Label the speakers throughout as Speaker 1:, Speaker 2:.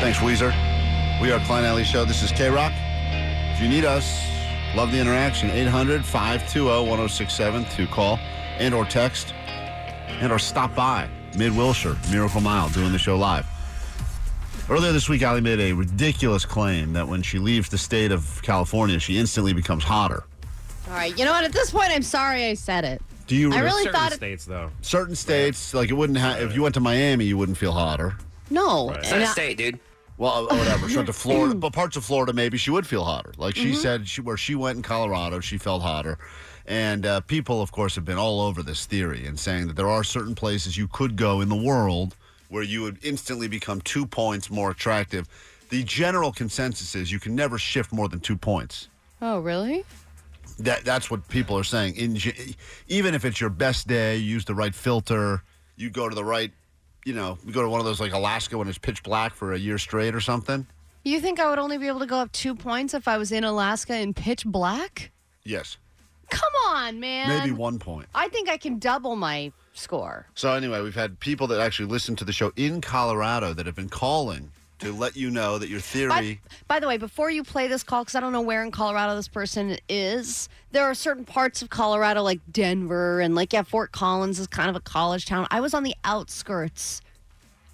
Speaker 1: Thanks, Weezer. We are Klein Alley Show. This is K Rock. If you need us, love the interaction. 800 520 1067 to call and or text and or stop by Mid Wilshire, Miracle Mile, doing the show live. Earlier this week, Ali made a ridiculous claim that when she leaves the state of California, she instantly becomes hotter.
Speaker 2: All right, you know what? At this point, I'm sorry I said it.
Speaker 1: Do you
Speaker 2: I really
Speaker 3: certain
Speaker 2: thought. It,
Speaker 3: states though.
Speaker 1: certain states like it wouldn't ha- if you went to Miami, you wouldn't feel hotter?
Speaker 2: no.
Speaker 4: It's not
Speaker 2: And
Speaker 4: a
Speaker 2: I-
Speaker 4: state, dude.
Speaker 1: Well, uh, whatever. She went to Florida, but parts of Florida maybe she would feel hotter. Like she said, she, where she went in Colorado, she felt hotter. And uh, people, of course, have been all over this theory and saying that there are certain places you could go in the world where you would instantly become two points more attractive. The general consensus is you can never shift more than two points.
Speaker 2: oh, really?
Speaker 1: That that's what people are saying. In ge- even if it's your best day, you use the right filter, you go to the right, you know, you go to one of those like Alaska when it's pitch black for a year straight or something.
Speaker 5: You think I would only be able to go up two points if I was in Alaska in pitch black?
Speaker 1: Yes.
Speaker 5: Come on, man.
Speaker 1: Maybe one point.
Speaker 5: I think I can double my score.
Speaker 1: So anyway, we've had people that actually listen to the show in Colorado that have been calling to let you know that your
Speaker 5: By,
Speaker 1: theory.
Speaker 5: by the way, before you play this call, because I don't know where in Colorado this person is, there are certain parts of Colorado, like Denver, and like, yeah, Fort Collins is kind of a college town. I was on the outskirts,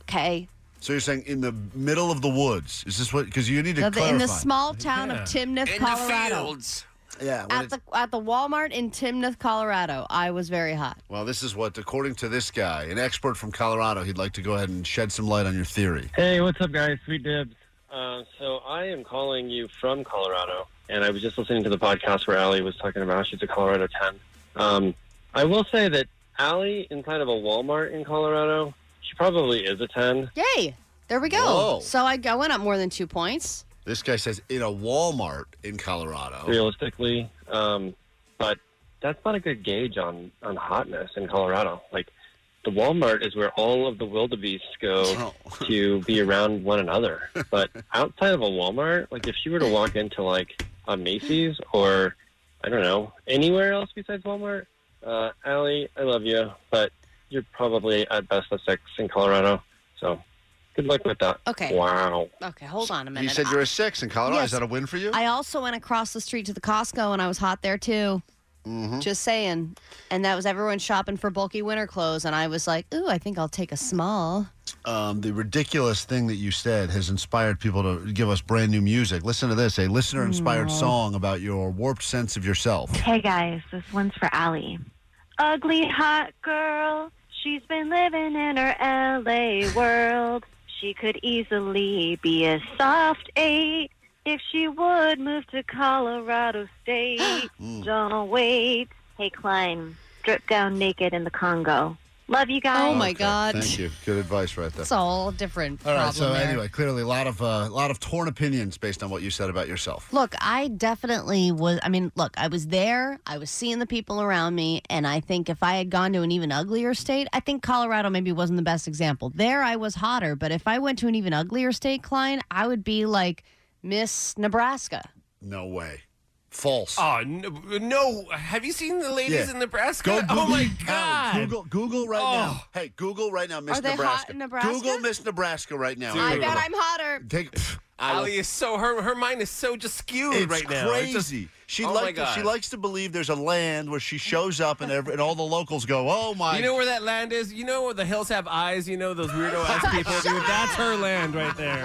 Speaker 5: okay?
Speaker 1: So you're saying in the middle of the woods? Is this what? Because you need to
Speaker 5: Of the-
Speaker 1: clarify.
Speaker 5: in the small town of Timnath,
Speaker 4: In the
Speaker 5: Colorado.
Speaker 4: fields.
Speaker 1: yeah. when
Speaker 5: At
Speaker 1: it-
Speaker 5: the, at the Walmart in Timnath, Colorado, I was very hot.
Speaker 1: well, this is what, according to this guy, an expert from Colorado, he'd like to go ahead and shed some light on your theory.
Speaker 6: Hey, what's up, guys? Sweet dibs. Uh, so I am calling you from Colorado, and I was just listening to the podcast where Allie was talking about how she's a Colorado 10. Um, I will say that Allie, inside of a Walmart in Colorado, she probably is a 10.
Speaker 5: Yay! There we go.
Speaker 1: Whoa.
Speaker 5: So I, I went up more than two points.
Speaker 1: This guy says in a Walmart in Colorado.
Speaker 6: realistically. Um, but that's not a good gauge on, on hotness in Colorado. Like, the Walmart is where all of the wildebeests go
Speaker 1: Oh.
Speaker 6: to be around one another. But outside of a Walmart, like, if she were to walk into, like, a Macy's or, I don't know, anywhere else besides Walmart, uh, Allie, I love you, but you're probably at best a six in Colorado. So good luck with that.
Speaker 5: Okay.
Speaker 6: Wow.
Speaker 5: Okay, hold on a minute.
Speaker 1: He said you're a six in Colorado. Is
Speaker 5: Yes.
Speaker 1: that a win for you?
Speaker 5: I also went across the street to the Costco and I was hot there too.
Speaker 1: Mm-hmm.
Speaker 5: Just saying. And that was everyone shopping for bulky winter clothes. And I was like, ooh, I think I'll take a small.
Speaker 1: um, the ridiculous thing that you said has inspired people to give us brand new music. Listen to this a listener inspired song about your warped sense of yourself.
Speaker 5: Oh
Speaker 7: Hey guys, this one's for Allie. Ugly hot girl, she's been living in her LA world. She could easily be a soft eight if she would move to Colorado State. Don't wait. Hey Klein, drip down naked in the Congo. Love you guys.
Speaker 5: Oh my God.
Speaker 1: Thank you. Good advice right there.
Speaker 5: It's all different.
Speaker 1: All right.
Speaker 5: problem
Speaker 1: So,
Speaker 5: there.
Speaker 1: anyway, clearly a lot of uh, a lot of torn opinions based on what you said about yourself.
Speaker 5: Look, I definitely was. I mean, look, I was there. I was seeing the people around me. And I think if I had gone to an even uglier state, I think Colorado maybe wasn't the best example. There I was hotter. But if I went to an even uglier state, Klein, I would be like Miss Nebraska.
Speaker 1: No way. False.
Speaker 3: Oh no, no! Have you seen the ladies
Speaker 1: Yeah.
Speaker 3: in Nebraska?
Speaker 1: Go Google,
Speaker 3: oh my
Speaker 1: Allie,
Speaker 3: god! Oh.
Speaker 1: Google, Google right now. Hey, Google right now, Miss
Speaker 5: Are they hot
Speaker 1: Nebraska.
Speaker 5: in Nebraska?
Speaker 1: Google Miss Nebraska right now.
Speaker 3: Dude. I bet
Speaker 1: Take a look.
Speaker 5: hotter.
Speaker 1: Take. I will-
Speaker 3: Ali is so her her mind is so just skewed
Speaker 1: It's
Speaker 3: right now. It's just-
Speaker 1: crazy. she
Speaker 3: oh my
Speaker 1: like to, she
Speaker 3: God.
Speaker 1: likes to believe there's a land where she shows up and every, and all the locals go, "Oh my
Speaker 3: you know where that land is? You know where the hills have eyes? You know those weirdo ass people, dude? That's her land right there.